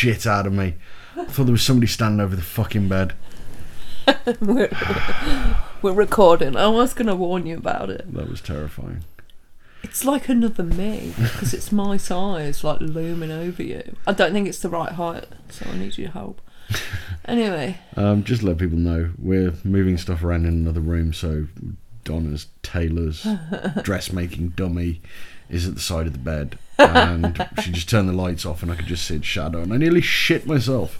shit out of me. I thought there was somebody standing over the fucking bed. we're, we're recording. I was going to warn you about it. That was terrifying. It's like another me because it's my size, like looming over you. I don't think it's the right height, so I need your help. Anyway, Um, just to let people know, we're moving stuff around in another room, so Donna's tailor's dressmaking dummy is at the side of the bed. And she just turned the lights off, and I could just see its shadow, and I nearly shit myself.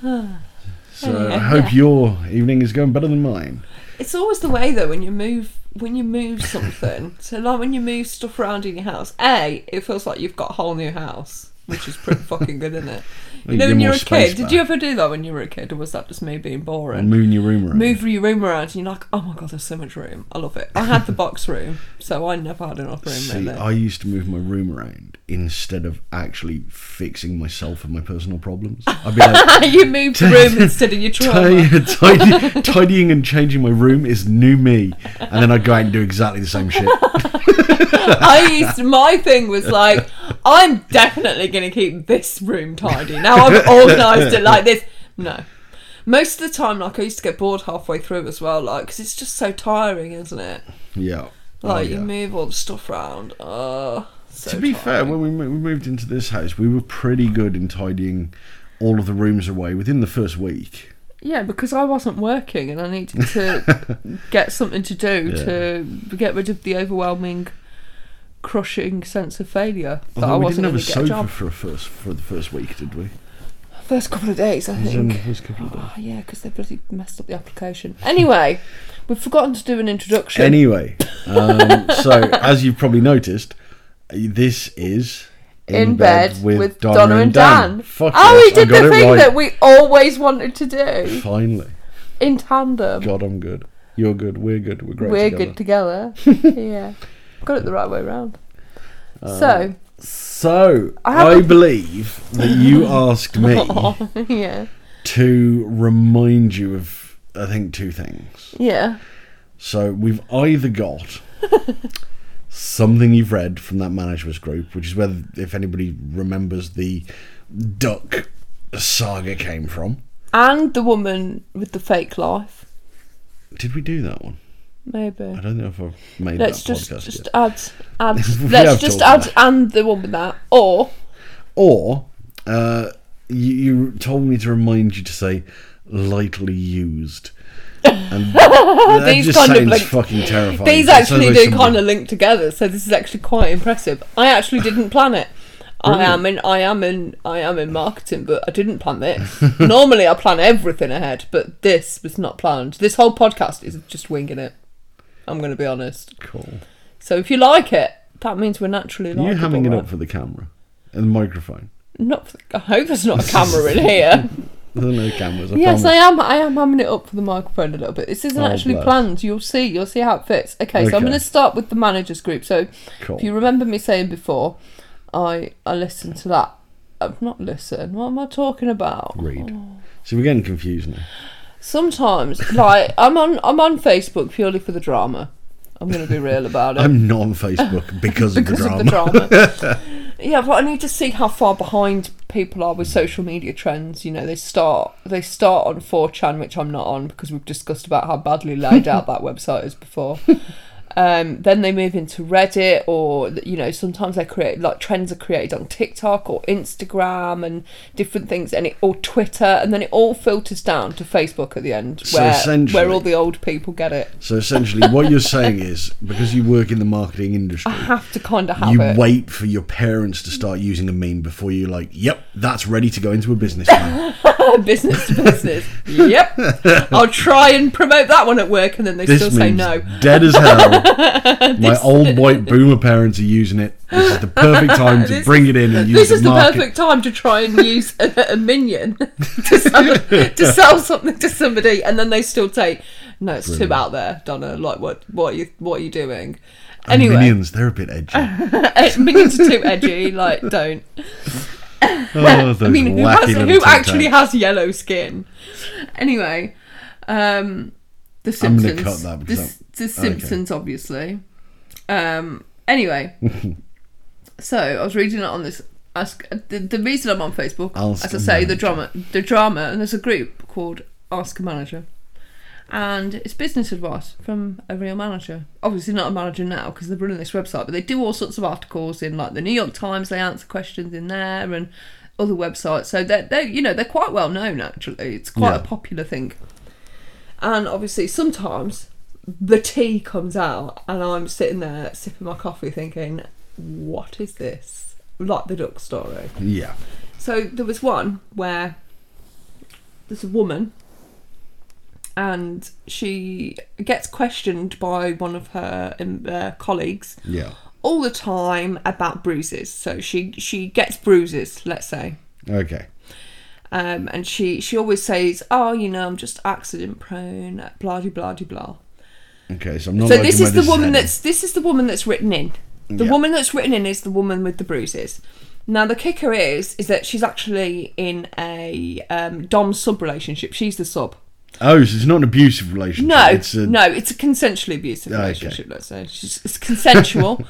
So I hope your evening is going better than mine. it's always the way though when you move when you move something. so like when you move stuff around in your house, a it feels like you've got a whole new house, which is pretty fucking good, isn't it? You You know, get when you more were a space kid, back. did you ever do that when you were a kid, or was that just me being boring? And moving your room around. move your room around and you're like, oh my god, there's so much room. I love it. I had the box room, so I never had enough room See, really. I used to move my room around instead of actually fixing myself and my personal problems. I'd be like, you moved the room instead of your trauma. Tidy, tidy, tidying and changing my room is new me. And then I'd go out and do exactly the same shit. I used my thing was like, I'm definitely going to keep this room tidy. Now I've organised it like this. No. Most of the time, like I used to get bored halfway through as well, like because it's just so tiring, isn't it? Yeah. Oh, Like yeah. you move all the stuff around. Oh, so to be tiring. fair, when we, mo- we moved into this house, we were pretty good in tidying all of the rooms away within the first week. Yeah, because I wasn't working and I needed to get something to do to get rid of the overwhelming, crushing sense of failure that Although I we wasn't didn't have going a to get a sofa job. for a first for the first week, did we? First couple of days, I It was only think. the first couple of days. Oh, yeah, because they bloody messed up the application. Anyway, we've forgotten to do an introduction. Anyway, um, so as you've probably noticed, this is in bed with, Donna, and Dan. Fuck oh, yes, we did I got the it thing right. that we always wanted to do Finally, in tandem. God, I'm good. You're good. We're good. We're great. We're together. good together. yeah, got it the right way round. Uh, so Um, So I I, haven't- believe that you asked me yeah, to remind you of I think two things. yeah. So we've either got something you've read from that managers group, which is where if anybody remembers the duck saga came from. and the woman with the fake life. Did we do that one? I Maybe don't know if I've made let's that just podcast just yet. add add. We have let's just talked add and the one with that. Or Or uh, you, you told me to remind you to say lightly used. And that These just kind of sounds like- fucking terrifying. these It sounds actually like do somebody- kind of link together, so this is actually quite impressive. I actually didn't plan it. I am in I am in I am in marketing, but I didn't plan this. Normally I plan everything ahead, but this was not planned. This whole podcast is just winging it. I'm going to be honest. Cool. So if you like it, that means we're naturally Are like you hamming it up for the camera and the microphone? Not. I hope there's not a camera in here. There's no cameras. I Yes, promise. I am. I am hamming it up for the microphone a little bit. This isn't Oh, actually bless. planned. You'll see. You'll see how it fits. Okay, so I'm Okay. going to start with the managers group. So Cool. if you remember me saying before, I I listened to that. I've not listened. What am I talking about? Read. So we're getting confused now. Sometimes, like I'm on I'm on Facebook purely for the drama. I'm going to be real about it. I'm not on Facebook because, because of the drama. of the drama. yeah, but I need to see how far behind people are with social media trends. You know, they start they start on 4chan, which I'm not on because we've discussed about how badly laid out that website is before. Um, then they move into Reddit, or you know, sometimes they create like trends are created on TikTok or Instagram and different things, and it or Twitter, and then it all filters down to Facebook at the end, So where essentially- where all the old people get it. So essentially, what you're saying is because you work in the marketing industry, I have to kind of Ah, have you it. wait for your parents to start using a meme before you're like, yep, that's ready to go into a business plan. business to business. yep. I'll try and promote that one at work, and then they This still say meme's no. dead as hell. My old white boomer parents are using it. This is the perfect time to This- bring it in and use This is the the market. perfect time to try and use a, a minion to sell, to sell something to somebody, and then they still take. No, it's too out there, Donna. Like, what, what are you, what are you doing? And Anyway, Minions, minions. they're a bit edgy. minions are too edgy. Like, don't. Oh, those I mean, who, wacky has, little who Tic actually Tacs. has yellow skin? Anyway, um, the I'm Simpsons. gonna cut that the, because S- the Simpsons, obviously. Um, anyway, so I was reading it on this uh, ask the, the reason I'm on Facebook, Ask as I a say, the manager. drama, the drama, and there's a group called Ask a Manager, and it's business advice from a real manager. Obviously, not a manager now because they're running this website, but they do all sorts of articles in like the New York Times. They answer questions in there and other websites, so they're they are you know they're quite well known actually. It's quite a Yeah. popular thing, and obviously sometimes the tea comes out and I'm sitting there sipping my coffee thinking, what is this? Like the duck story. Yeah. So there was one where there's a woman and she gets questioned by one of her um, uh, colleagues Yeah. all the time about bruises. So she she gets bruises, let's say. Okay. Um, and she, she always says, Oh, you know, I'm just accident prone, blah de blah de blah. Okay. So I'm not. So liking this where is the woman heading. that's this is the woman that's written in. The Yeah. woman that's written in is the woman with the bruises. Now the kicker is is that she's actually in a um, dom sub relationship. She's the sub. Oh, so it's not an abusive relationship. No, It's a, Ah, no, it's a consensually abusive Okay. relationship. Let's say she's, it's consensual,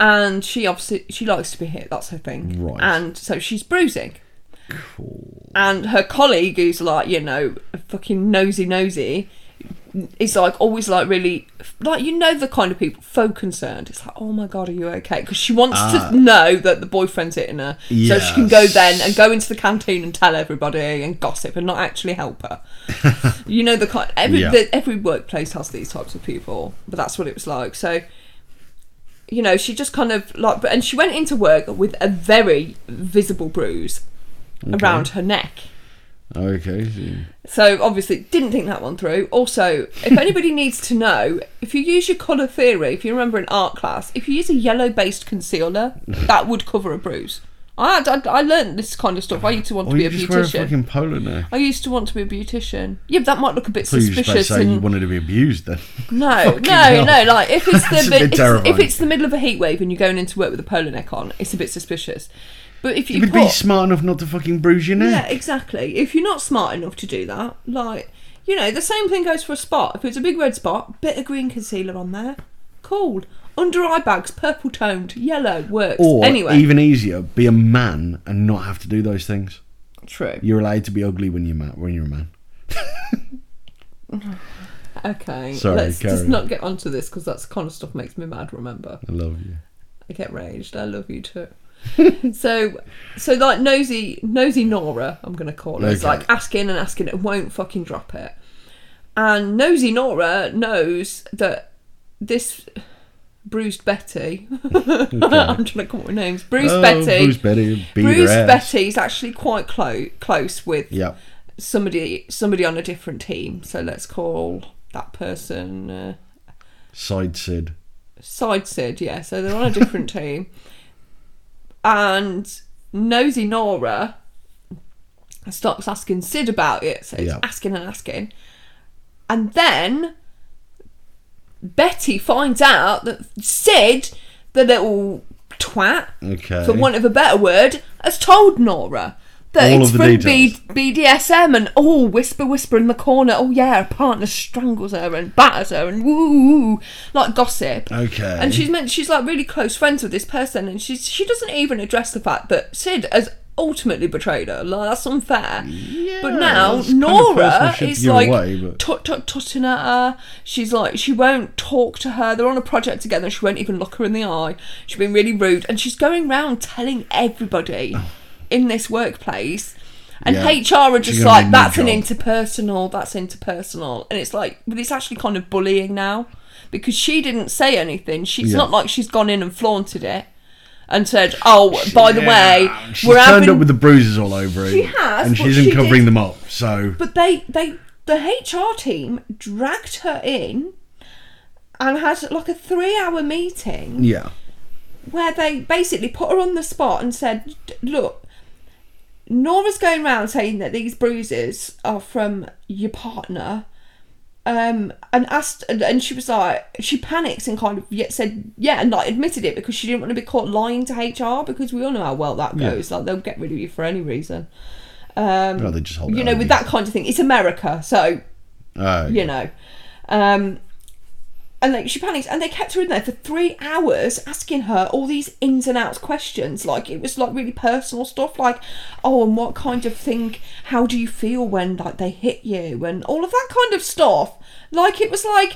and she obviously she likes to be hit. That's her thing. Right. And so she's bruising, Cool. and her colleague who's like you know fucking nosy nosy is like always like really like you know the kind of people so concerned it's like oh my god are you okay because she wants Ah. to know that the boyfriend's hitting her so she can go Yes. then and go into the canteen and tell everybody and gossip and not actually help her you know the kind every Yeah. the, every workplace has these types of people but that's what it was like so you know she just kind of like and she went into work with a very visible bruise around her neck Oh, Okay. so- so obviously didn't think that one through. Also, if anybody needs to know, if you use your colour theory, if you remember in art class, if you use a yellow based concealer, that would cover a bruise. I had, I, I learned this kind of stuff. I used to want to Or be you a just wear a beautician. fucking polo now. I used to want to be a beautician. Yeah, but that might look a bit So you just about to suspicious. say you And wanted to be abused then. no, Fucking no, hell. no. Like if it's That's the a bit, bit it's, if terrifying. it's the middle of a heat wave and you're going into work with a polo neck on, it's a bit suspicious. But if you You would put, be smart enough not to fucking bruise your Yeah, neck. exactly. If you're not smart enough to do that, like, you know, the same thing goes for a spot. If it's a big red spot, bit of green concealer on there. Cool. Under eye bags, purple toned, yellow, works. Or anyway. even easier, be a man and not have to do those things. True. You're allowed to be ugly when you're ma- when you're a man. Okay. Sorry, Let's carry just on. not get onto this because that's the kind of stuff makes me mad, remember? I love you. I get raged. I love you too. so, so like nosy, nosy Nora, I'm gonna call her. It's Okay. like asking and asking, it won't fucking drop it. And nosy Nora knows that this bruised Betty. I'm trying to come up with names. Bruised Oh, Betty. Bruce Betty. Beat Bruised her ass. Betty is actually quite close, close with Yeah. somebody, somebody on a different team. So let's call that person. Uh, Side Sid. side Sid, yeah. So they're on a different team. And nosy Nora starts asking Sid about it. So he's Yeah. asking and asking. And then Betty finds out that Sid, the little twat, Okay. for want of a better word, has told Nora that All it's of the from B- BDSM and oh, whisper, whisper in the corner. Oh yeah, her partner strangles her and batters her and woo, woo, like gossip. Okay. And she's meant she's like really close friends with this person, and she's she doesn't even address the fact that Sid has ultimately betrayed her. Like that's unfair. but Yeah, now that's kind of personal Nora shit to is give like away, but- tut tut tutting at her. She's like she won't talk to her. They're on a project together. and She won't even look her in the eye. She's been really rude, and she's going round telling everybody in this workplace. And Yeah. HR are She's just gonna like need a new that's an job." interpersonal, that's interpersonal, and it's like, but it's actually kind of bullying now because she didn't say anything. She's Yeah. not like she's gone in and flaunted it and said, "Oh, by the way, Yeah, she's we're turned having." up with the bruises all over her. She has, and but she she isn't did- covering them up. So but they, they, the HR team dragged her in and had like a three-hour meeting yeah, where they basically put her on the spot and said, "Look." Nora's going around saying that these bruises are from your partner, um, and asked, and, and she was like, she panics and kind of yet said, yeah, and like admitted it because she didn't want to be caught lying to HR because we all know how well that Yeah. goes. Like they'll get rid of you for any reason. Um, No, they just hold it you know, over with you. that kind of thing, it's America, so uh, you know. Um, And like she panics, and they kept her in there for three hours asking her all these ins and outs questions. Like it was like really personal stuff, like oh, and what kind of thing? How do you feel when like they hit you, and all of that kind of stuff. Like it was like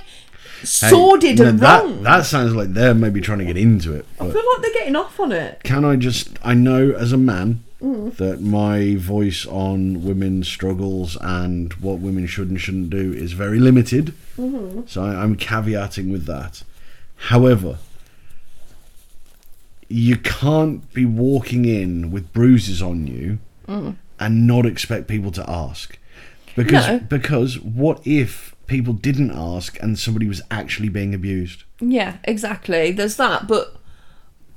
Hey, sordid no, and that, wrong. That sounds like they're maybe trying to get into it. I but- feel like they're getting off on it. can I just? I know as a man that my voice on women's struggles and what women should and shouldn't do is very limited. So I, I'm caveating with that. However, you can't be walking in with bruises on you and not expect people to ask. Because No. because what if people didn't ask and somebody was actually being abused? Yeah, exactly. There's that, but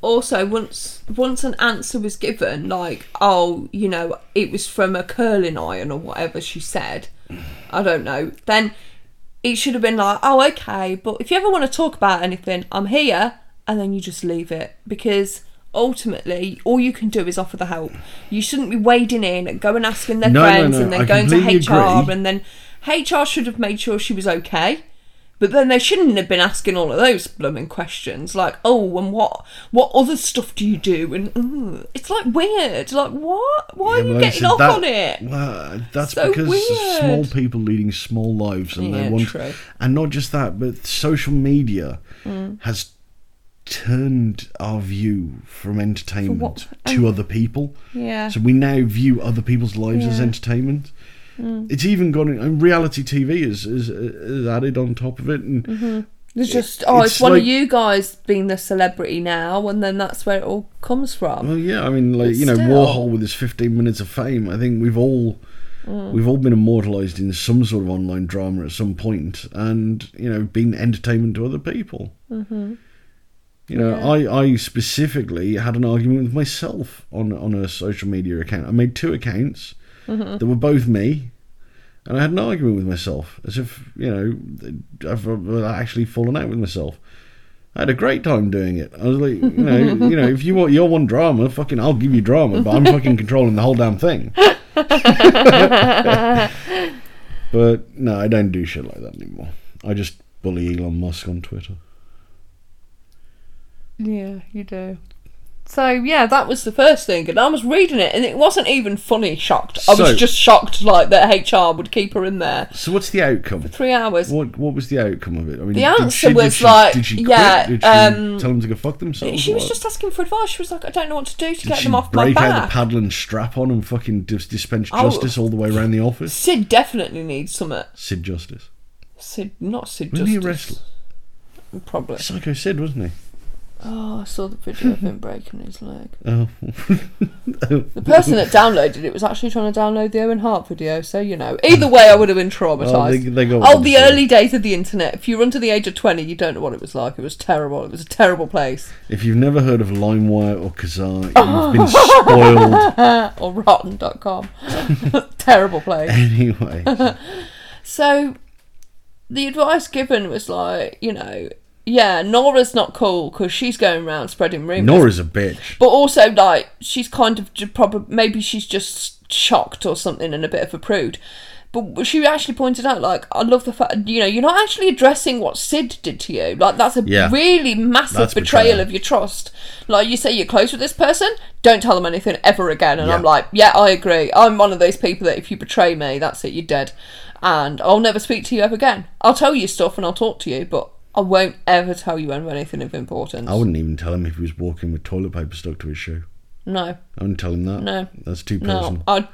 also once once an answer was given, like oh, you know, it was from a curling iron or whatever she said. I don't know. Then it should have been like, oh, okay, but if you ever want to talk about anything, I'm here, and then you just leave it because. Ultimately, all you can do is offer the help. You shouldn't be wading in and going asking their No, no, friends no, and then I going to completely HR agree. and then HR should have made sure she was okay. But then they shouldn't have been asking all of those blooming questions, like, "Oh, and what what other stuff do you do?" And mm, it's like weird, like what? Yeah, Why are you well, getting so off that- on it? Well, that's So because weird. small people leading small lives, and Yeah, they want, true. and not just that, but social media Mm. has turned our view from entertainment to other people. Yeah, So we now view other people's lives as Yeah. Mm. entertainment. It's even gone. And reality TV is, is is added on top of it, and Mm-hmm. it's just oh, it's, it's one like- of you guys being the celebrity now, and then that's where it all comes from. Well, yeah, I mean, like But you know, still. Warhol with his 15 minutes of fame. I think we've all Mm. we've all been immortalised in some sort of online drama at some point, and you know, been entertainment to other people. Mm-hmm. You know, I I specifically had an argument with myself on on a social media account. I made two accounts Mm-hmm. that were both me. And I had an argument with myself, as if you know, I've uh, actually fallen out with myself. I had a great time doing it. I was like, you know, you know, if you want your one drama, fucking, I'll give you drama, but I'm fucking controlling the whole damn thing. but no, I don't do shit like that anymore. I just bully Elon Musk on Twitter. Yeah, you do. So yeah, that was the first thing, and I was reading it, and it wasn't even funny. Shocked, I So- was just shocked, like that HR would keep her in there So what's the outcome? three hours. What what was the outcome of it? I mean, The did answer she- did was she- like, did she quit? yeah, Did she um, tell them to go fuck themselves? She was What? just asking for advice. She was like, I don't know what to do to Did get she them off my break out back. the paddle and strap on and fucking dis- dispense Oh. justice all the way around the office? Sid definitely needs some. uh, Sid Justice. Sid, not Sid. Wasn't he a Justice. Probably. Psycho Sid, wasn't he? Oh, I saw the video of him breaking his leg. Oh. The person that downloaded it was actually trying to download the Owen Hart video, so you know. Either way, I would have been traumatised. Oh, they- they got oh, what the they said. early days of the internet. If you're under the age of 20, you don't know what it was like. It was terrible. It was a terrible place. If you've never heard of LimeWire or Kazaa, Oh. you've been spoiled or rotten.com. terrible place. anyway. So the advice given was like, you know, yeah, Nora's not cool because she's going around spreading rumours. Nora's a bitch. But also, like, she's kind of probably maybe she's just shocked or something and a bit of a prude. But she actually pointed out, like, I love the fact, you know, you're not actually addressing what Sid did to you. Like, that's a Yeah. really massive That's betrayal, betrayal. of your trust. Like, you say you're close with this person, don't tell them anything ever again. And I'm Yeah. like, yeah, I agree. I'm one of those people that if you betray me, that's it, you're dead. And I'll never speak to you ever again. I'll tell you stuff and I'll talk to you, but I won't ever tell you anything of importance. I wouldn't even tell him if he was walking with toilet paper stuck to his shoe. no. I wouldn't tell him that. No. That's too personal. No, I,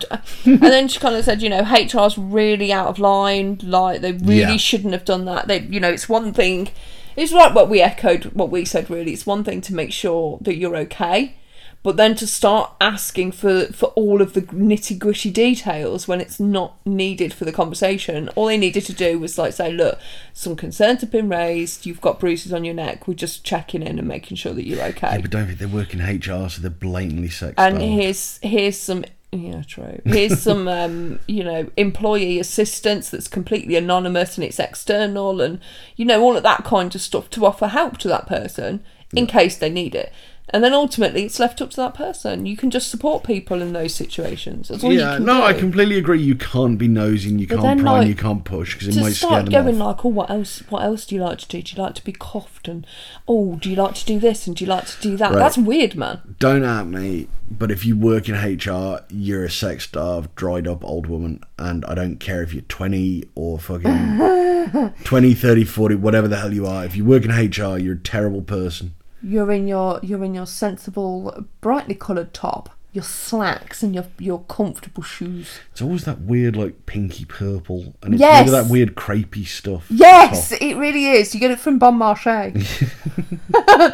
and then she kind of said, you know, HR's really out of line. Like they really Yeah. shouldn't have done that. They, you know, it's one thing. It's like what we echoed, what we said. Really, it's one thing to make sure that you're okay, but then to start asking for for all of the nitty gritty details when it's not needed for the conversation. All they needed to do was like say, look, some concerns have been raised. You've got bruises on your neck. We're just checking in and making sure that you're okay Yeah, but don't think they work in HR, so they're blatantly sex. and starved. here's here's some yeah true here's some um you know employee assistance that's completely anonymous and it's external and you know all of that kind of stuff to offer help to that person in case they need it And then ultimately, it's left up to that person. You can just support people in those situations. That's all you Yeah, can no, do. I completely agree. You can't be nosy and you But can't then, pry like, and you can't push because it might Just scare start them going off. like, oh, what else? What else do you like to do? Do you like to be coughed and oh, do you like to do this and do you like to do that? Right. That's weird, man. Don't at me, but if you work in HR, you're a sex starved, dried up old woman, and I don't care if you're 20 or fucking 20, 30, 40, whatever the hell you are. If you work in HR, you're a terrible person. You're in your you're in your sensible, brightly coloured top, your slacks and your your comfortable shoes. It's always that weird, like pinky purple, and it's Yes. maybe that weird crepey stuff. Oh. Yes, it really is. You get it from Bon Marché,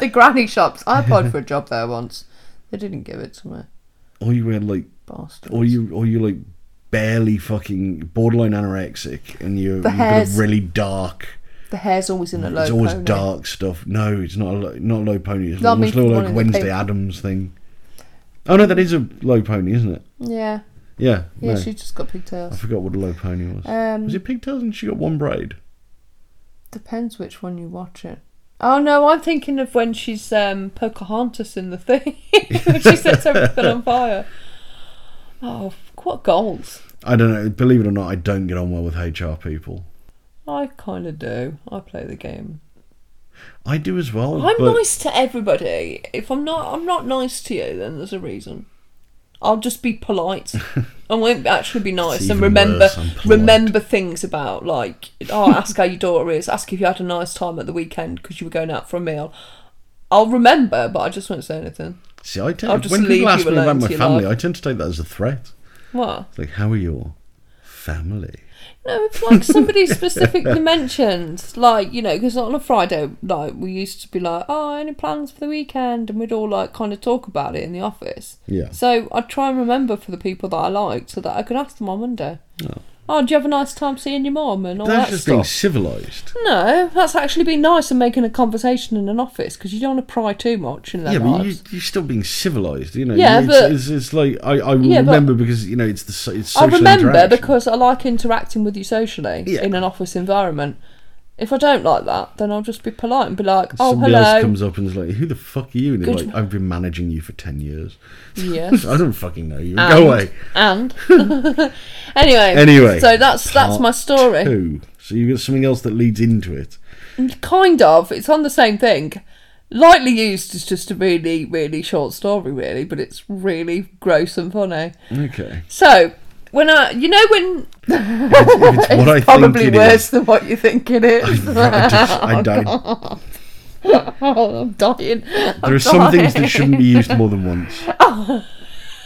the granny shops. I applied for a job there once. They didn't give it to me. Or you wear like, Bastard. or you, or you like barely fucking borderline anorexic, and you're, you've got a hair's- really dark. The hair's always in a low it's always pony. dark stuff. No, it's not a lo- not a low pony. It's No, I almost mean, little one like of the Wednesday pink- Adams thing. Oh no, that is a low pony, isn't it? Yeah, Yeah. yeah. no. She's just got I pigtails. forgot what a low pony was. Um, was Oh. it pigtails and she got one braid? Depends which one you watch it. Oh no, I'm thinking of when she's um, Pocahontas in the thing. when she sets everything on fire. Oh, f- what goals. I don't know. Believe it or not, I don't get on well with HR people. I kind of do. I play the game. I do as well. I'm Oh, but nice to everybody. If I'm not, I'm not nice to you. Then there's a reason. I'll just be polite. I won't actually be nice and even remember worse, I'm polite. remember things about like oh, ask how your daughter is, ask if you had a nice time at the weekend because you were going out for a meal. I'll remember, but I just won't say anything. See, I I'll tend just when leave people ask you me about alone my to your family, life. I tend to take that as a threat. What? It's like, how are your family? No, if like somebody specifically mentioned, like you know, because on a Friday night we used to be like, oh, any plans for the weekend, and we'd all like kind of talk about it in the office. Yeah. So I try and remember for the people that I liked, so that I could ask them on Monday. Oh. Oh, do you have a nice time seeing your mum and all That's that just being stuff? civilized. No, that's actually been nice and making a conversation in an office because you don't want to pry too much in their Yeah, but you, lives. you're still being civilised, you know. Yeah, it's, but- it's, it's like I, I Yeah, but- remember because you know it's the so- it's I social remember interaction. because I like interacting with you socially Yeah. in an office environment. If I don't like that, then I'll just be polite and be like, "Oh, somebody hello." else comes up and is like, "Who the fuck are you?" And they're Good- like, "I've been managing you for ten years. Yes. I don't fucking know you. And- Go away." And anyway, Anyway, so that's that's my part story. Two. So you've got something else that leads into it. Kind of, it's on the same thing. Lightly used is just a really, really short story, really, but it's really gross and funny. Okay. So when I, you know, when If it's what I think probably it worse is. than what you think it is. I, just, I don't. oh, I'm dying. There are some things that shouldn't be used more than once.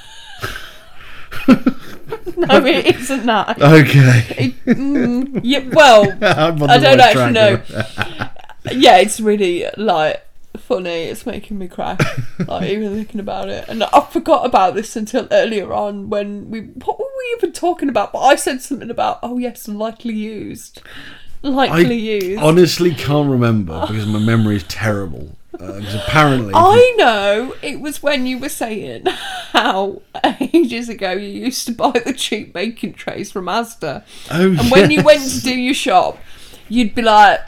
No, it isn't that. Okay. Mm, yeah, well, I'm on the I don't right actually know. track yeah, it's really like funny. It's making me cry, like even thinking about it. And I forgot about this until earlier on when we what were we even talking about? But I said something about oh yes, lightly used, I lightly used. honestly can't remember because my memory is terrible. Uh, because apparently, I know it was when you were saying how ages ago you used to buy the cheap baking trays from Asda. oh, And when you went yes. to do your shop, you'd be like,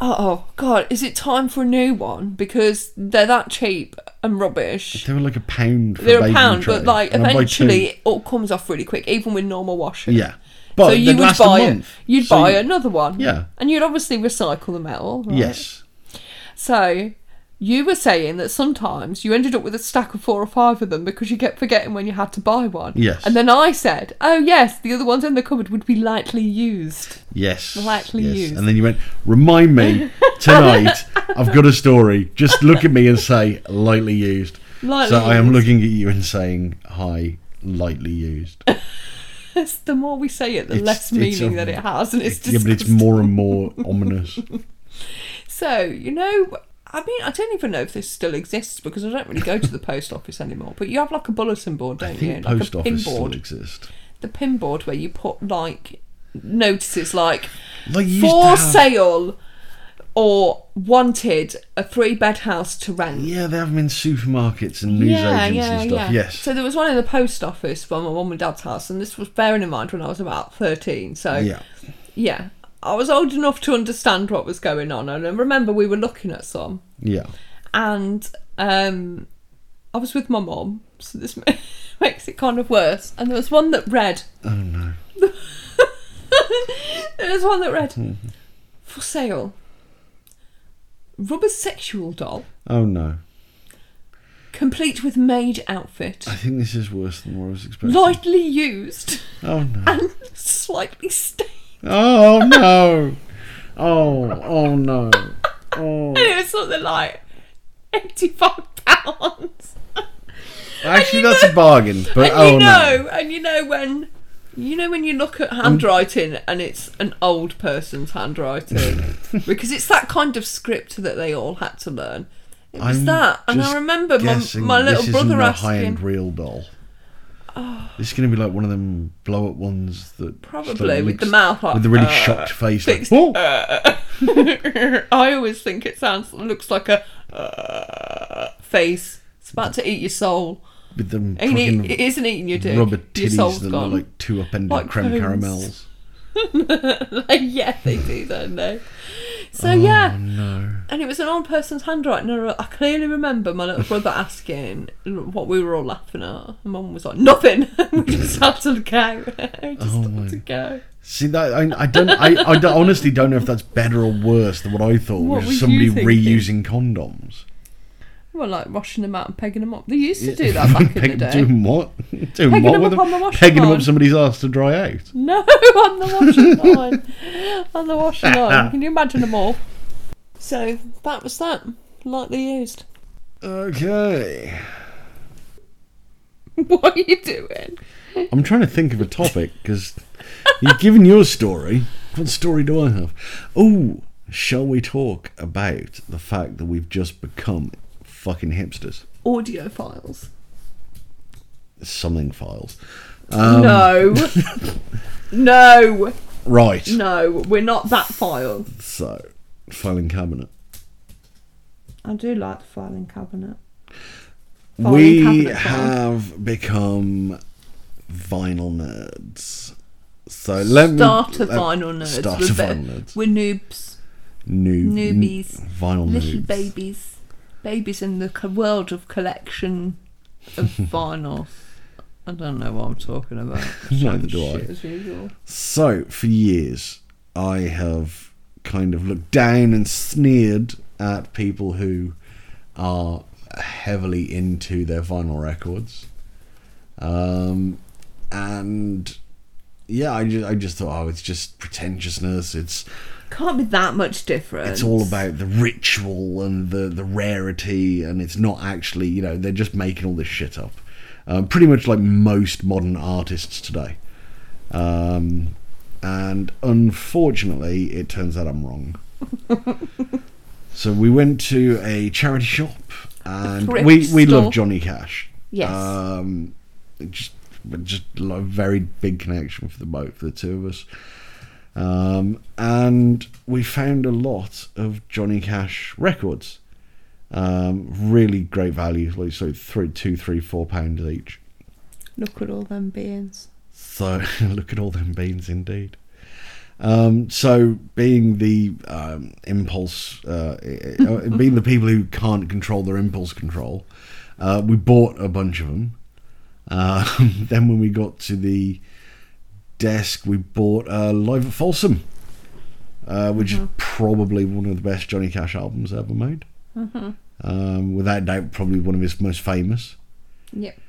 "Oh God, is it time for a new one?" Because they're that cheap and rubbish. they were like a pound. For They're a baking pound, tray, but like and I'd buy eventually two. it all comes off really quick, even with normal washing. yeah. But so you they'd would last a buy it. month. You'd So buy you- another one. Yeah. And you'd obviously recycle the metal. right? Yes. So you were saying that sometimes you ended up with a stack of four or five of them because you kept forgetting when you had to buy one. Yes. And then I said, "Oh yes, the other ones in the cupboard would be lightly used." Yes. Lightly yes. used. And then you went, remind me tonight. I've got a story. Just look at me and say lightly used. Lightly so I am used. looking at you and saying hi, lightly used. It's- the more we say it, the It's- less it's meaning a- that it has, and it's yeah, just but it's more and more ominous. so you know. I mean, I don't even know if this still exists because I don't really go to the post office anymore. But you have like a bulletin board, don't I think you? Like post a pin office still board. exist. The pin board where you put like notices like Like you used to for have- sale or wanted a three bed house to rent. Yeah, they have them in supermarkets and news agents and stuff. Yes. So there was one in the post office by my mum and dad's house, and this was bearing in mind when I was about thirteen. So yeah. Yeah, I was old enough to understand what was going on, and I remember we were looking at some, Yeah. and um, I was with my mom, so this ma- makes it kind of worse. And there was one that read. Oh no. There was one that read Mm-hmm. for sale. Rubber sexual doll, Oh no. complete with maid outfit, I think this is worse than what I was expecting. lightly used Oh no. and slightly stained. Oh no. Oh, oh no. Oh. It was something like eighty-five pounds. Actually, that's a bargain, but and oh you no. know, and you know when, you know when you look at handwriting and it's an old person's handwriting because it's that kind of script that they all had to learn. It was I'm that, and I just remember my, guessing my little this isn't brother Oh. a high-end asking. real doll. This is going to be like one of them blow-up ones that Probably, sort of with looks- the mouth like, with the really uh, shocked face. Like, fixed- Uh, oh, I always think it sounds looks like a uh, face. It's about to eat your soul. with them Ain't fucking eat, it isn't eating you, dude. rubber your titties soul's that gone. look like two upended Like creme cones. caramels. yeah, they do, don't they? So yeah, Oh no. And it was an old person's handwriting. And I clearly remember my little brother asking what we were all laughing at. And Mum was like, nothing. we just had to go. We just Oh had my- to go. See that I, I don't I, I don't- honestly don't know if that's better or worse than what I thought What which were you was somebody reusing thinking? condoms. Well, like washing them out and pegging them up. They used to do that back in the Peg- day. Doing what? Doing Pegging what them with up on the washing Pegging them line. up somebody's ass to dry out. No, on the washing line. on the washing line. Can you imagine them all? So that was that. Lightly used. Okay. What are you doing? I'm trying to think of a topic because you've given your story. What story do I have? Oh, shall we talk about the fact that we've just become fucking hipsters? Audio files. Something files. Um. no. no. Right. No. We're not that file. So, filing cabinet. I do like the filing cabinet. we cabinet file. have become vinyl nerds. So let me Starter let- vinyl nerds. Starter we're, vinyl bit- nerds. we're noobs, Noob, newbies, vinyl little noobs. babies, babies in the co- world of collection of vinyl. I don't know what I'm talking about. Neither Same do I. shit As usual. So, for years, I have kind of looked down and sneered at people who are heavily into their vinyl records. Um, and yeah, I just, I just thought, oh, it's just pretentiousness. It's Can't be that much different. it's all about the ritual and the, the rarity, and it's not actually, you know, they're just making all this shit up. Um, pretty much like most modern artists today. Um, and unfortunately, it turns out I'm wrong. so we went to a charity shop, and thrift we, we store. love Johnny Cash. Yes. Um, just just a very big connection for the both for the two of us. Um, and we found a lot of Johnny Cash records. Um, really great value, like so three, two, three, four pounds each. Look at all them beings. So look at all them beans, indeed. Um, so being the um, impulse, uh, i- i- uh, being the people who can't control their impulse control, uh, we bought a bunch of them. Um, then when we got to the desk, we bought uh, Live at Folsom, uh, which is probably one of the best Johnny Cash albums ever made. Um, without doubt, probably one of his most famous. Yep.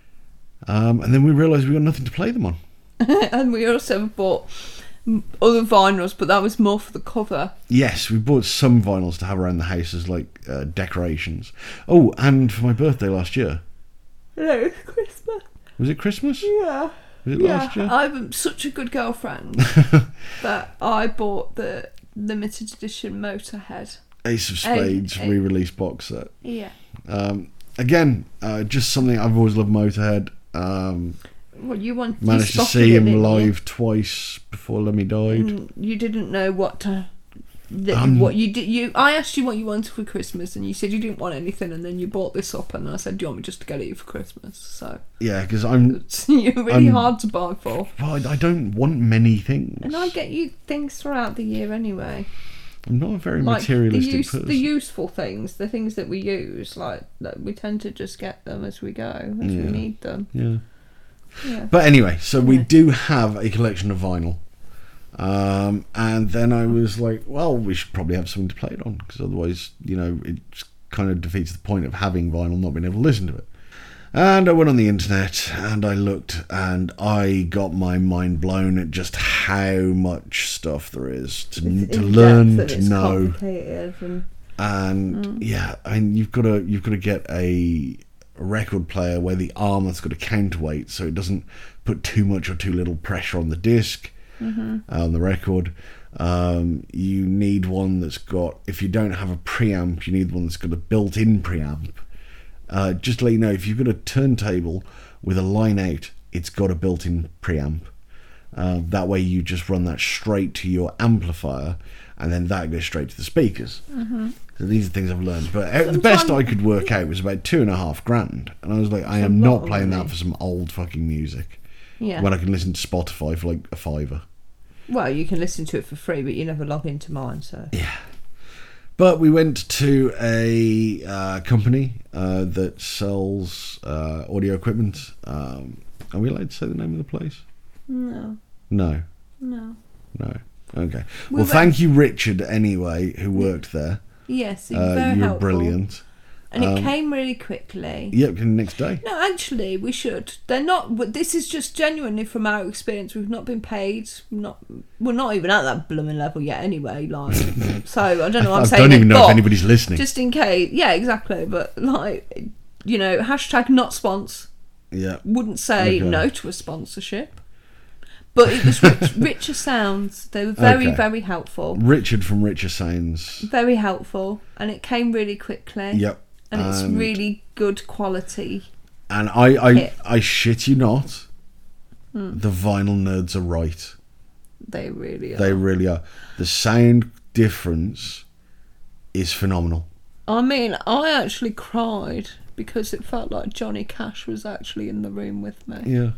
Um, and then we realised we got nothing to play them on. and we also bought m- other vinyls, but that was more for the cover. Yes, we bought some vinyls to have around the house as like uh, decorations. Oh, and for my birthday last year, Hello, Christmas. was it Christmas? Yeah. Was it last year? I'm such a good girlfriend that I bought the limited edition Motorhead. Ace of Um, Spades I- re-release box set. Yeah. Um, again, uh, just something I've always loved. Motorhead. Um, Well, you want managed you to spotted see it, him didn't Mm. live twice before Lemmy You? died. And you didn't know what to. That Um, what you did you I asked you what you wanted for Christmas and you said you didn't want anything and then you bought this up and I said do you want me just to get it you for Christmas so Yeah, because I'm. it's, you're really Um, hard to buy for Well, I I don't want many things. and I get you things throughout the year anyway I'm not a very like materialistic the, use, person. the useful things, the things that we use, like that we tend to just get them as we go, as Yeah. we need them. yeah. Yeah. But anyway, so we Yeah. do have a collection of vinyl. Um, and then I was like, well, we should probably have something to play it on because otherwise, you know, it just kind of defeats the point of having vinyl, not being able to listen to it. And I went on the internet and I looked and I got my mind blown at just how much stuff there is to, It's to in-depth learn, and to it's know complicated and- and yeah, I mean you've got to you've got to get a record player where the arm has got a counterweight, so it doesn't put too much or too little pressure on the disk uh, on the record. Um, you need one that's got if you don't have a preamp, you need one that's got a built-in preamp. Uh, just to let you know, if you've got a turntable with a line out, it's got a built-in preamp. Uh, that way, you just run that straight to your amplifier, and then that goes straight to the speakers. So these are things I've learned. But uh the best I Mm-hmm. Sometimes- could work out was about two and a half grand, and I was like, I a am lot not of playing money. that for some old fucking music yeah. when Well, I can listen to Spotify for like a fiver. you can listen to it for free, but you never log into mine, so But we went to a uh, company uh, that sells uh, audio equipment. Um, are we allowed to say the name of the place? no, No, no. no. Okay. We well, went- thank you, Richard, anyway, who worked there. Yes, it's Uh, very you were helpful. brilliant. and Um, it came really quickly. Yep, the next day. No, actually, we should. They're not. but This is just genuinely from our experience. We've not been paid. Not we're not even at that blooming level yet. Anyway, like so. I don't know. What I'm I saying don't it, even know if but anybody's listening. Just in case. Yeah, exactly. But like, you know, hashtag not spons. yeah. Wouldn't say Okay. no to a sponsorship. But it was rich, richer sounds. They were very, Okay. very helpful. Richard from Richer Sounds. Very helpful, and it came really quickly. Yep. And it's And- really good quality. And I, I, Hit. Hmm. I shit you not, the vinyl nerds are right. They really are. They really are. The sound difference is phenomenal. I mean, I actually cried because it felt like Johnny Cash was actually in the room with me, Yeah.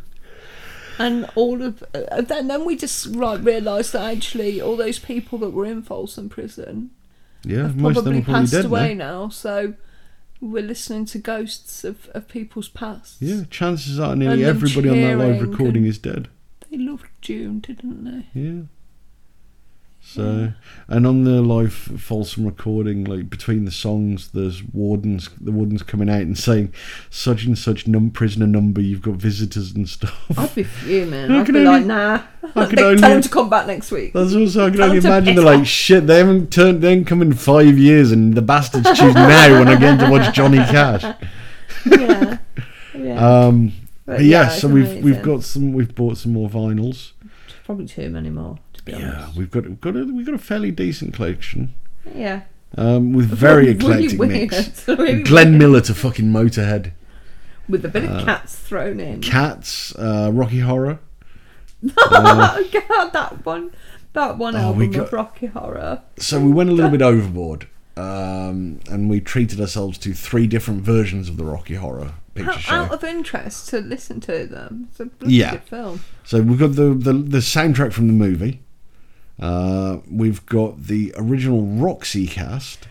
and all of uh, then then we just right realised that actually all those people that were in Folsom Prison Yeah. have most of them probably are probably passed dead away now. now. So we're listening to ghosts of, of people's pasts. Yeah. Chances are nearly And them everybody on that live cheering recording and- is dead. they loved June, didn't they? Yeah. So, Hmm. and on the live Folsom recording, like between the songs, there's wardens. The wardens coming out and saying, "Such and such num prisoner number. You've got visitors and stuff." I'd be fuming. I I'd can be only- like, nah. I can They- only- Tell him to come back next week. That's also I can Tell only them to imagine piss they're like off. shit. They haven't turned. They haven't come in five years, and the bastards choose now when I get to watch Johnny Cash. yeah. Yeah. Um, But but yeah, it's so we've we've amazing. got some. We've bought some more vinyls. probably too many more. To be Yeah, honest. we've got we've got a, we've got a fairly decent collection Yeah. um, with very Really eclectic weird. mix. Really Glenn Miller to fucking Motorhead, with a bit uh, of cats thrown in. Cats, uh, Rocky Horror. Oh God, that one, that one uh, Oh, we album got- of Rocky Horror. So we went a little bit overboard, um, and we treated ourselves to three different versions of the Rocky Horror Picture Out, Show. out of interest to listen to them. It's a bloody Yeah. good film. So we've got the, the, the soundtrack from the movie. Uh, we've got the original Roxy cast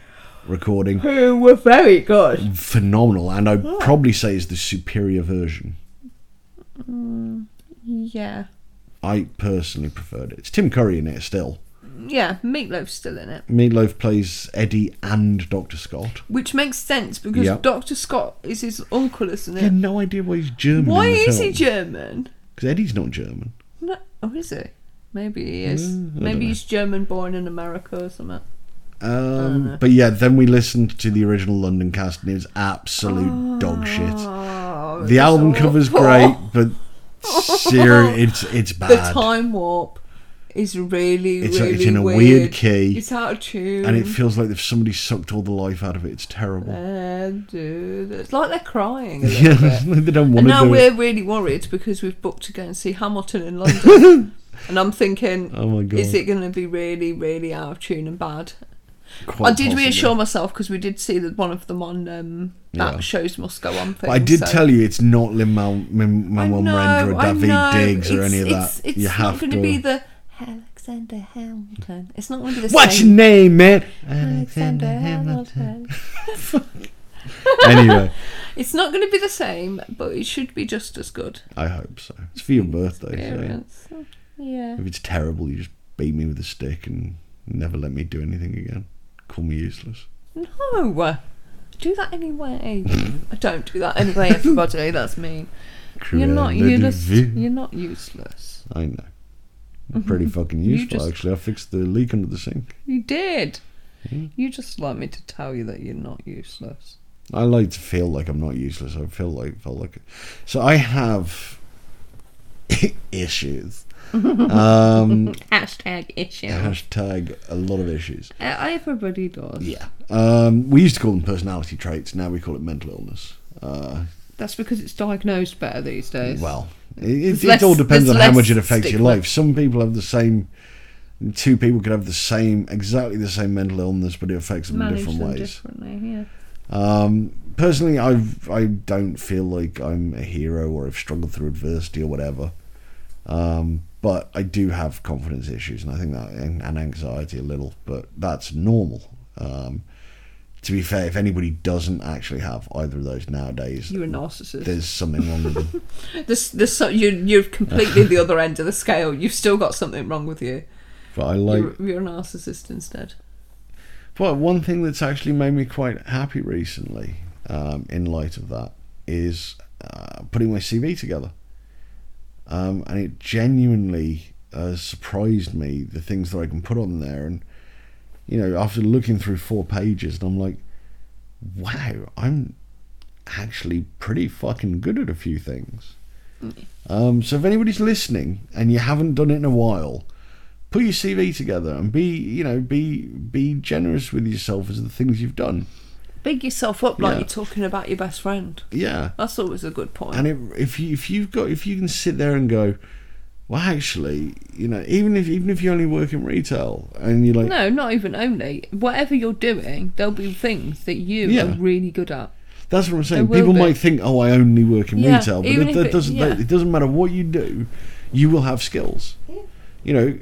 recording. Who were very good. Phenomenal, and I'd probably say is the superior version. Yeah, I personally preferred it. It's Tim Curry in it still. yeah. Meatloaf's still in it, Meatloaf plays Eddie and Dr. Scott. which makes sense because Yeah. Doctor Scott is his uncle, isn't I had it? no idea why he's German. Why is he German? Because Eddie's not German. No, or is he? Maybe he is. Mm, I don't Maybe know. he's German, born in America or something. Oh, Um, but yeah, then we listened to the original London cast, and it was absolute dog shit. Oh, The it's album cover's awful. great, but seriously, it's it's The bad, time warp is really, It's- really it's in a weird. weird key. It's out of tune. and it feels like if somebody sucked all the life out of it. It's terrible. And, uh, it's like they're crying a little Yeah, bit. they don't want And to now do we're it. really worried because we've booked to go and see Hamilton in London. and I'm thinking, Oh my god! is it going to be really, really out of tune and bad? Quite I did possibly. reassure myself because we did see that one of them on um, that Yeah. shows must go on. But Thing, I did so- tell you it's not Lin Manuel I Miranda or know, I David know. Diggs or It's- any of that. It's, it's you not have going to to be the Alex Alexander Hamilton. It's not going to be the What's your same. name, man? Alexander Hamilton. anyway, It's not going to be the same, but it should be just as good. I hope so. It's for your birthday. So Experience. Yeah. if it's terrible, you just beat me with a stick and never let me do anything again. Call me useless. No. Do that anyway. I don't do that anyway, everybody. That's mean. You're not Cruel useless. de vil. You're not useless. I know. Pretty fucking You useful, just- actually. I fixed the leak under the sink. You did. Hmm? You just like me to tell you that you're not useless. I like to feel like I'm not useless. I feel like felt like, so I have issues. um, Hashtag issue. hashtag a lot of issues. Uh, Everybody does. Yeah. Um, we used to call them personality traits. Now we call it mental illness. Uh, That's because it's diagnosed better these days. well, it, it, There's less- it all depends there's on how less much it affects your stigma. life. Some people have the same. Two people could have the same, exactly the same mental illness, but it affects them in manage different them ways. differently. Yeah. Um, personally, I I don't feel like I'm a hero or I've struggled through adversity or whatever. Um, but I do have confidence issues, and I think that and, and anxiety a little, but that's normal. Um, to be fair, if anybody doesn't actually have either of those nowadays, You're a narcissist. there's something wrong with them. This, this, so- you, you're completely the other end of the scale. You've still got something wrong with you. But I like. you're, you're a narcissist instead. But one thing that's actually made me quite happy recently, um, in light of that, is uh, putting my CV together. Um, and it genuinely uh, surprised me the things that I can put on there. And, you know, after looking through four pages, and I'm like, wow, I'm actually pretty fucking good at a few things. Um, so if anybody's listening and you haven't done it in a while, put your CV together and be you know be be generous with yourself as the things you've done. Big yourself up like Yeah. you're talking about your best friend. Yeah, That's always a good point. and it, if you if you've got if you can sit there and go, well actually you know even if even if you only work in retail and you're like no, not even only. Whatever you're doing, there'll be things that you Yeah. are really good at. that's what I'm saying. will People be. might think oh I only work in Yeah, retail, but even it, if that it- doesn't that- yeah. it doesn't matter what you do, you will have skills. You know,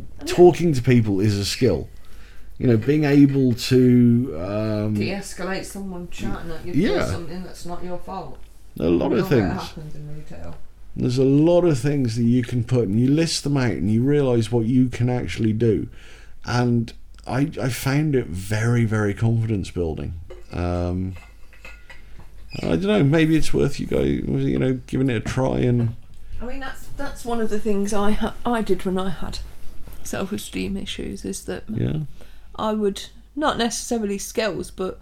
uh, talking to people is a skill. You know, being able to um, De-escalate someone chatting at you for Yeah. something that's not your fault. a lot of things. happens in retail. There's a lot of things that you can put and you list them out and you realize what you can actually do. And I, I found it very, very confidence building. Um, I don't know, maybe it's worth you guys, you know, giving it a try. And I mean, that's that's one of the things I ha- I did when I had self-esteem issues is that yeah, I would not necessarily skills, but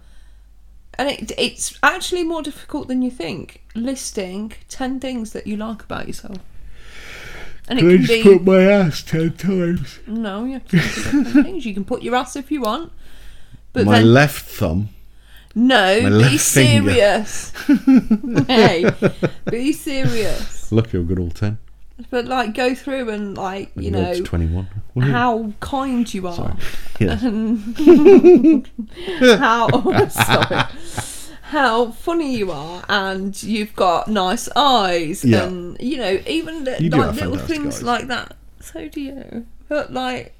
and it, it's actually more difficult than you think. Listing ten things that you like about yourself, and it can be my ass 10 times? no, you have to do different things. You can put your ass if you want, but my then left thumb. my no, be left finger. serious. hey, be serious. Lucky I got all 10. But like, go through and like you Well, know it's 21. Woo. how kind you are. Sorry. Yeah. Mm. how oh, sorry, how funny you are, and you've got nice eyes, Yeah. and you know even li- You do like have little fantastic things eyes. like that. So do you, but like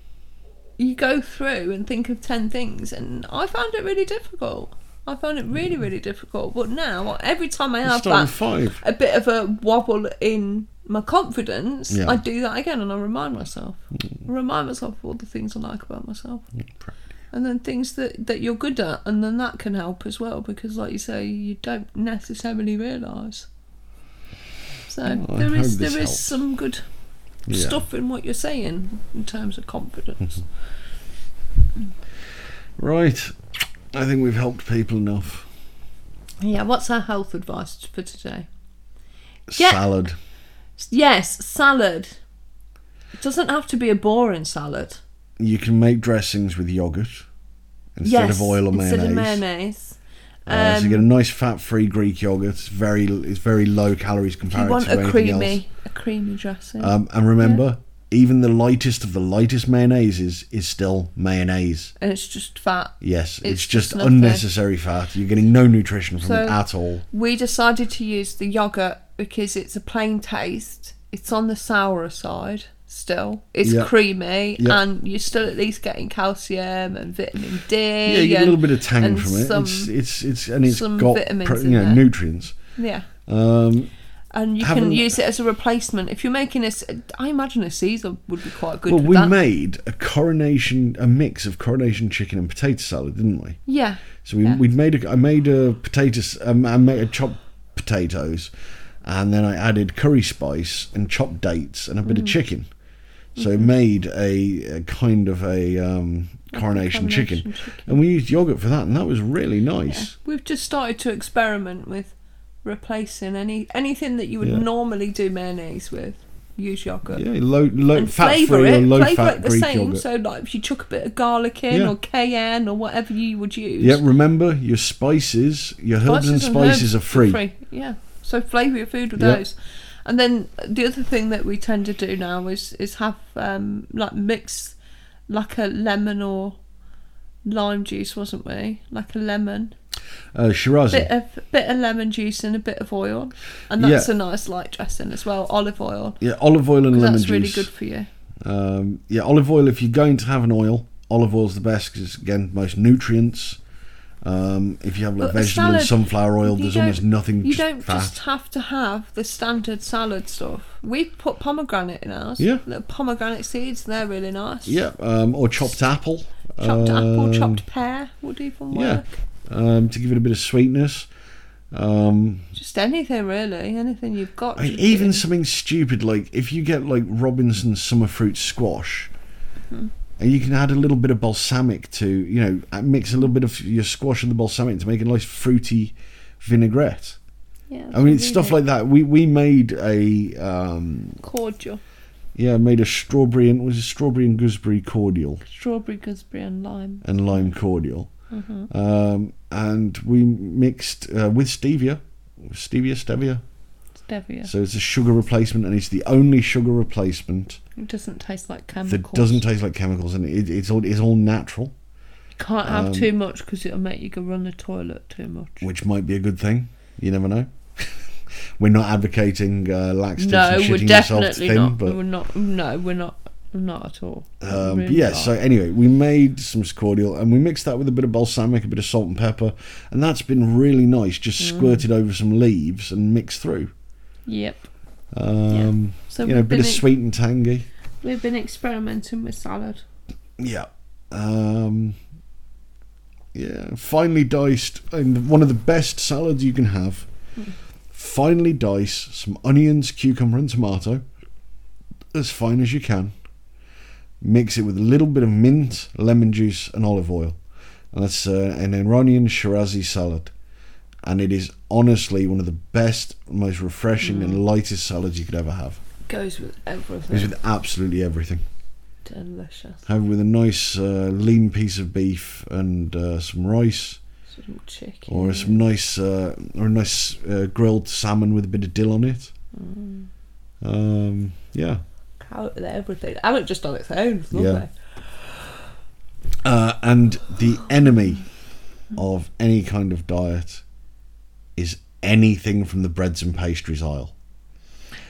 you go through and think of ten things, and I found it really difficult. I found it really, Mm. really difficult. But now every time I have Start with that five. a bit of a wobble in my confidence, Yeah. Mm. I do that again and I remind myself. Remind myself of all the things I like about myself. And then things that, that you're good at, and then that can help as well because, like you say, you don't necessarily realise. So Well, I there is hope this there helps. is some good Yeah. stuff in what you're saying in terms of confidence. Right. I think we've helped people enough. Mm-hmm. yeah, what's our health advice for today? Yeah. Salad. Yes, salad. It doesn't have to be a boring salad. you can make dressings with yogurt instead of oil or mayonnaise. Instead of mayonnaise. Uh, so you Um, get a nice fat-free Greek yogurt. It's very it's very low calories you compared want to a anything creamy, a creamy dressing. else. Um, and remember, even the lightest of the lightest mayonnaises is still mayonnaise. and it's just fat. Yes, it's, It's just, just nothing. unnecessary fat. You're getting no nutrition from it So- at all. We decided to use the yogurt because it's a plain taste. It's on the sourer side, still. It's Yeah. creamy, Yeah. and you're still at least getting calcium and vitamin D. Yeah, you get a and- little bit of tang and from it. some- it's, it's it's and it's some got vitamins pro- you in know, there. nutrients. yeah. Um, And you Having- can use it as a replacement. If you're making this, I imagine a Caesar would be quite good well, with we that. made a coronation, a mix of coronation chicken and potato salad, didn't we? yeah. So we Yeah. we made a I made a potato s- um, I made a chopped potatoes, and then I added curry spice and chopped dates and a Mm. bit of chicken. So Mm-hmm. it made a, a kind of a um, coronation chicken, combination chicken. and we used yogurt for that, and that was really Yeah. nice. We've just started to experiment with replacing any anything that you would Yeah. normally do mayonnaise with. Use yogurt. Yeah, low low and fat flavour free or it, low flavour fat it the Greek same. yogurt. So, like, if you chuck a bit of garlic in Yeah. or cayenne or whatever you would use, Yeah, remember your spices, your herbs and spices herbs are free. Yeah, so flavour your food with Yeah. those. And then the other thing that we tend to do now is is have um, like mix like a lemon or lime juice, wasn't we? Like a lemon, Uh, Shirazi. bit of bit of lemon juice and a bit of oil, and that's Yeah. a nice light dressing as well. Olive oil, Yeah, olive oil and 'cause lemon that's juice. really good for you. Um, yeah, olive oil. If you're going to have an oil, olive oil's the best because again, most nutrients. Um, if you have like But a vegetable and salad, sunflower oil, you there's don't- almost nothing. You just don't fat. just have to have the standard salad stuff. We put pomegranate in ours. Yeah. Little pomegranate seeds, they're really nice. Yeah, um, or chopped apple. Chopped apple, um, chopped pear would even yeah. work. um, to give it a bit of sweetness. Um, Just anything really, anything you've got. I mean, should be even in. something stupid like if you get like Robinson summer fruit squash, Hmm. and you can add a little bit of balsamic to you know uh, mix a little bit of your squash and the balsamic to make a nice fruity vinaigrette. yeah, I mean, it's stuff like that. We we made a um, cordial, yeah made a strawberry and was a strawberry and gooseberry cordial strawberry, gooseberry, and lime. and lime cordial, Mm-hmm. um, and we mixed uh, with stevia, stevia stevia. Stevia. So it's a sugar replacement, and it's the only sugar replacement It doesn't taste like that chemicals. doesn't taste like chemicals, and it, it's all it's all natural, You can't have um, too much because it'll make you go run the toilet too much. which might be a good thing. You never know. We're not advocating uh, laxatives No, and we're shitting yourself definitely thin, not. but We're not. No, we're not. Not at all. Um, but Really yeah, not. so anyway, we made some cordial and we mixed that with a bit of balsamic, a bit of salt and pepper, and that's been really nice, Mm. just squirted over some leaves and mixed through. Yep. Um, So you know, a we've bit been of ex- sweet and tangy. We've been experimenting with salad. Yeah. Um, yeah, finely diced, and one of the best salads you can have. Finely dice some onions, cucumber, and tomato as fine as you can. Mix it with a little bit of mint, lemon juice, and olive oil. And that's uh, an Iranian Shirazi salad. And it is honestly one of the best, most refreshing, and lightest salads you could ever have. Goes with everything. It's with absolutely everything. Delicious. Have with a nice uh, lean piece of beef and uh, some rice, Some chicken. or some nice uh, or a nice uh, grilled salmon with a bit of dill on it. Um, yeah, Cal- everything. I look just on its own. It's Yeah. lovely. uh, and the enemy of any kind of diet is anything from the breads and pastries aisle.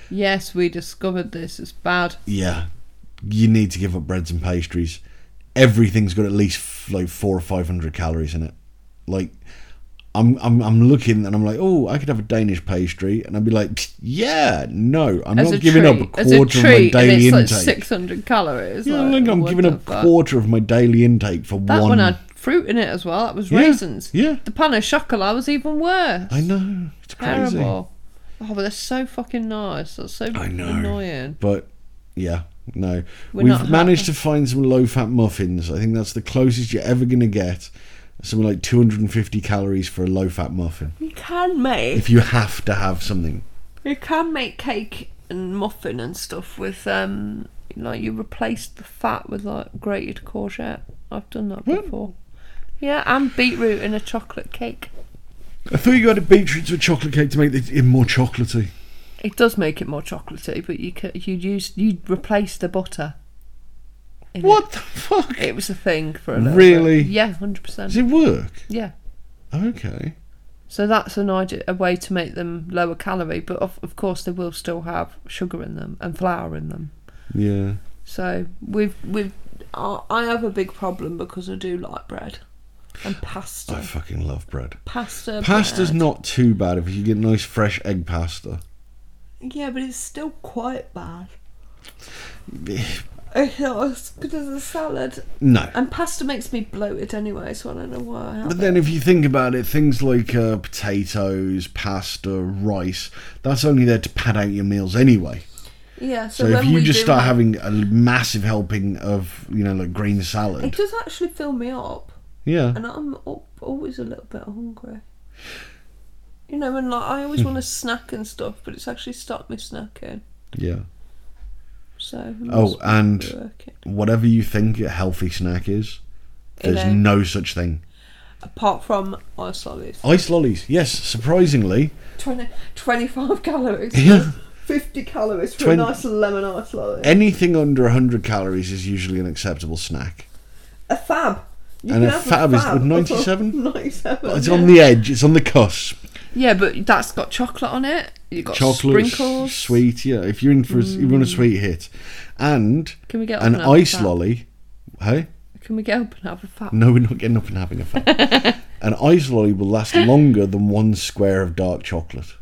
Yes, we discovered this. It's bad. Yeah, you need to give up breads and pastries. Everything's got at least f- like four or five hundred calories in it. Like, I'm I'm I'm looking and I'm like, oh, I could have a Danish pastry, and I'd be like, "Pfft, yeah, no, I'm As a not giving treat, up a as a quarter of my treat, and daily it's like intake. six hundred calories. yeah, like, like, I'm what giving the up a fuck? quarter of my daily intake for That one. one had fruit in it as well. That was Yeah, raisins. yeah. The pan of chocolat was even worse. I know it's crazy, Terrible. Oh, but they're so fucking nice. That's so I know. annoying. but yeah. No, We're we not have managed happy. to find some low-fat muffins. I think that's the closest you're ever going to get. Something like 250 calories for a low-fat muffin. You can make if you have to have something. you can make cake and muffin and stuff with um like you replace the fat with like grated courgette. I've done that What? before. Yeah, and beetroot in a chocolate cake. I thought you added beetroot to a chocolate cake to make it more chocolatey. It does make it more chocolatey, but you could, you use you replace the butter. in What the fuck? It. it was a thing for a little Really? bit. Yeah, hundred percent. Does it work? Yeah. Okay. So that's an idea, a way to make them lower calorie, but of, of course they will still have sugar in them and flour in them. Yeah. So we've we've I I have a big problem because I do like bread and pasta. I fucking love bread. pasta. Pasta's bread. not too bad if you get nice fresh egg pasta. Yeah, but it's still quite bad. It's not as good as a salad. No. And pasta makes me bloated anyway, so I don't know why. I have But it. then, if you think about it, things like uh, potatoes, pasta, rice, that's only there to pad out your meals anyway. yeah. So, So, if when you we just do start have- having a massive helping of, you know, like green it salad, does actually fill me up, yeah, and I'm al- always a little bit hungry. You know, and like I Hmm. always want to snack and stuff, but it's actually stopped me snacking. yeah. So it must Oh, be and working. whatever you think a healthy snack is, You there's know. no such thing. apart from ice lollies, Ice lollies, yes, surprisingly, 20, 25 calories, Yeah. 50 calories for Twen- a nice lemon ice lolly. anything under 100 calories is usually an acceptable snack. a fab. You And can a have fab is- fab for 97? 97. It's yeah. on the edge, it's on the cusp. Yeah, but that's got chocolate on it. You've got chocolate sprinkles. Mm. sweet yeah if you're in for a, you want a sweet hit and Can we an get up and have a ice fat? lolly Mm. hey Can we get up and have a fat? no we're not getting up and having a fat an ice lolly will last longer than one square of dark chocolate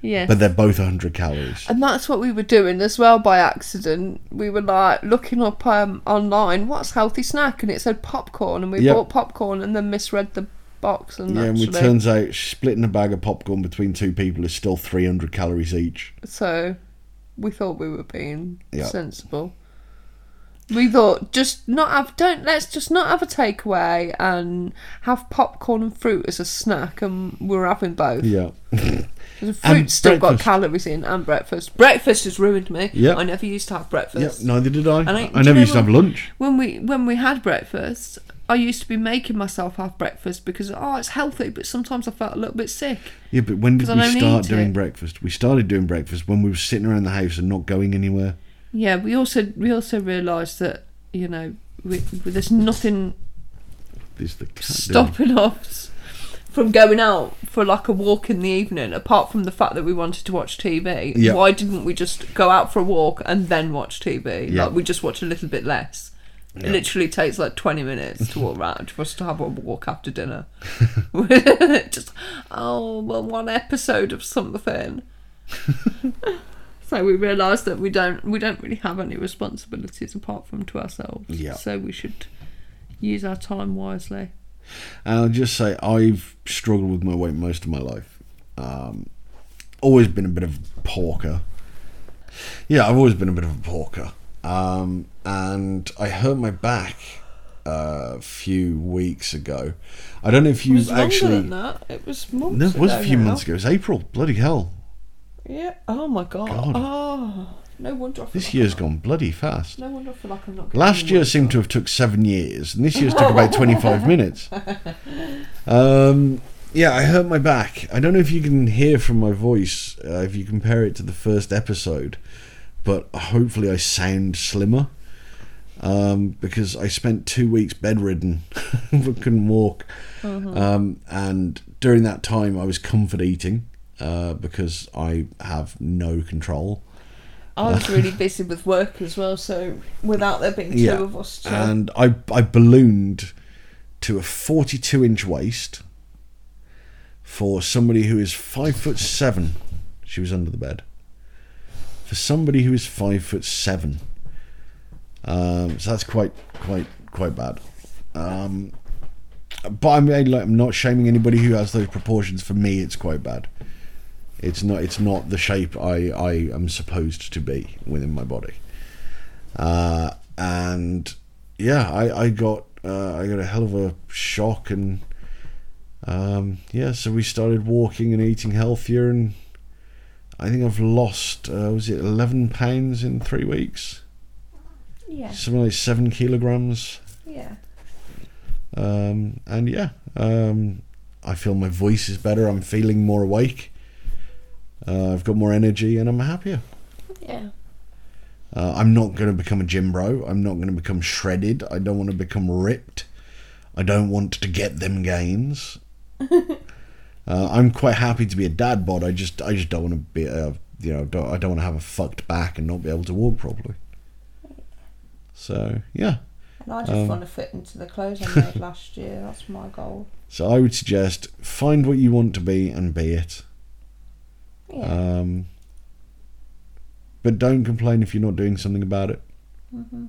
Yeah. but they're both 100 calories and that's what we were doing as well by accident. We were like looking up um, online what's healthy snack, and it said popcorn, and we Yep. bought popcorn, and then misread the box, and yeah and actually, it turns out splitting a bag of popcorn between two people is still 300 calories each so we thought we were being Yep. sensible. We thought just not have don't let's just not have a takeaway and have popcorn and fruit as a snack, and we're having both. yeah The fruit's And still breakfast. got calories in, and breakfast. Breakfast has ruined me. Yep. I never used to have yeah breakfast. neither did i And i, I- do you never know used to what- have lunch When we when we had breakfast, I used to be making myself have breakfast because oh, it's healthy. But sometimes I felt a little bit sick. yeah but when did 'Cause I we don't start eat doing it. breakfast we started doing breakfast when we were sitting around the house and not going anywhere Yeah, we also we also realised that you know we, we- there's nothing Is the cat doing? stopping us from going out for like a walk in the evening. Apart from the fact that we wanted to watch TV, Yeah. why didn't we just go out for a walk and then watch TV? Yeah. Like we just watch a little bit less. It literally takes like 20 minutes to walk around for us to have a walk after dinner. just, oh, well, one episode of something. so we realised that we don't we don't really have any responsibilities apart from to ourselves. Yeah. So we should use our time wisely. And I'll just say I've struggled with my weight most of my life. Um, always been a bit of a porker. Yeah, I've always been a bit of a porker. Um, and I hurt my back uh, a few weeks ago. I don't know if It you was longer actually. than that. It was months. No, it was a few now. months ago. It was April. Bloody hell. Yeah. Oh my god. God. Oh, no wonder. I feel This like- year's gone bloody fast. No wonder I feel like I'm not. Last year seemed to have took seven years, and this year's took about twenty-five minutes. Um, yeah, I hurt my back. I don't know if you can hear from my voice uh, if you compare it to the first episode, but hopefully I sound slimmer um, because I spent two weeks bedridden, but couldn't walk. Um, and during that time, I was comfort eating uh, because I have no control. I was really busy with work as well, so without there being two Yeah. of us, to, and I I ballooned to a 42 inch waist for somebody who is five foot seven. She was under the bed. For somebody who is five foot seven, um, so that's quite quite quite bad. Um, but I mean, like, I'm not shaming anybody who has those proportions. For me, it's quite bad. It's not it's not the shape I I am supposed to be within my body uh, and yeah, I I got uh, I got a hell of a shock, and um, yeah, so we started walking and eating healthier, and I think I've lost uh, was it eleven pounds in three weeks, yeah, something like seven kilograms, yeah. um, and yeah, um, I feel my voice is better. I'm feeling more awake. Uh, I've got more energy, and I'm happier. Yeah. Uh, I'm not going to become a gym bro. I'm not going to become shredded. I don't want to become ripped. I don't want to get them gains. uh, I'm quite happy to be a dad uh, bod. I just I just don't want to be a you know don't, I don't want to have a fucked back and not be able to walk properly. So yeah. And I just Um, want to fit into the clothes I made last year. That's my goal. So I would suggest find what you want to be and be it. Yeah. Um, but don't complain if you're not doing something about it. hmm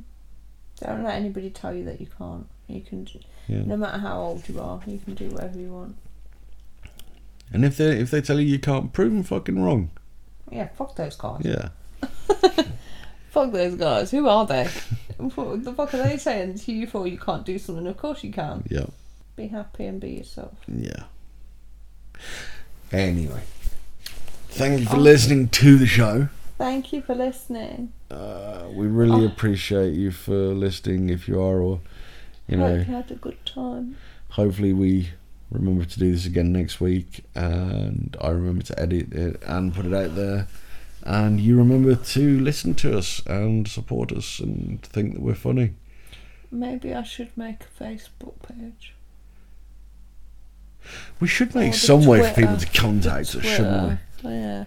Don't let anybody tell you that you can't. You can, do, Yeah. no matter how old you are, you can do whatever you want. And if they if they tell you you can't, prove them fucking wrong. Yeah, fuck those guys. Yeah. Fuck those guys. Who are they? what the fuck are they saying to you for? You can't do something. Of course you can. Yeah. Be happy and be yourself. Yeah. Anyway, thank Oh. you for listening to the show. Thank you for listening. Uh, we Oh. really appreciate you for listening. If you are, or you know, Hope you had a good time. hopefully we remember to do this again next week, and I remember to edit it and put it out there, and you remember to listen to us and support us and think that we're funny. Maybe I should make a Facebook page. We should make Or Oh, the some way for people to Twitter. contact us, shouldn't we? Twitter. Yeah.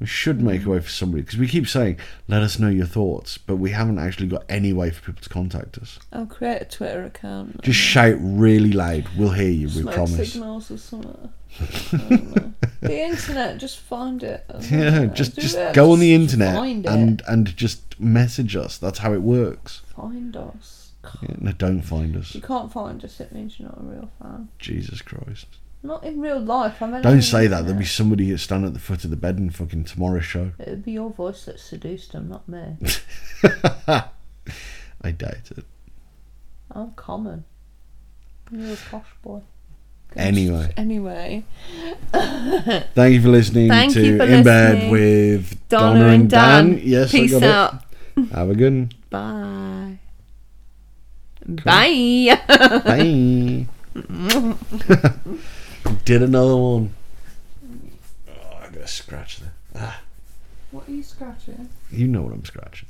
We should make a way for somebody because we keep saying, "Let us know your thoughts," but we haven't actually got any way for people to contact us. I'll create a Twitter account. Just shout really loud. We'll hear you. We Mm. Smoke promise. signals or something. I don't know. the internet, just find it. I don't Yeah, know. just Do just it, go on just the internet Find it. and and just message us. That's how it works. Find us. Yeah, no, don't find If us. you can't find us, it means you're not a real fan. Jesus Christ! Not in real life. I mean, on Don't the say that. There'll be internet. somebody here stand at the foot of the bed and fucking tomorrow show. It'd be your voice that seduced them, not me. I doubt it. Oh, I'm common. You're a posh boy. Anyway, Anyway, thank you for listening Thank to you for In Bed listening. with Donna, and Dan. Yes, peace I got out. it. Have a good one. Bye. Bye. Bye. Did another one. Oh, I got a scratch there. What are you scratching? You know what I'm scratching.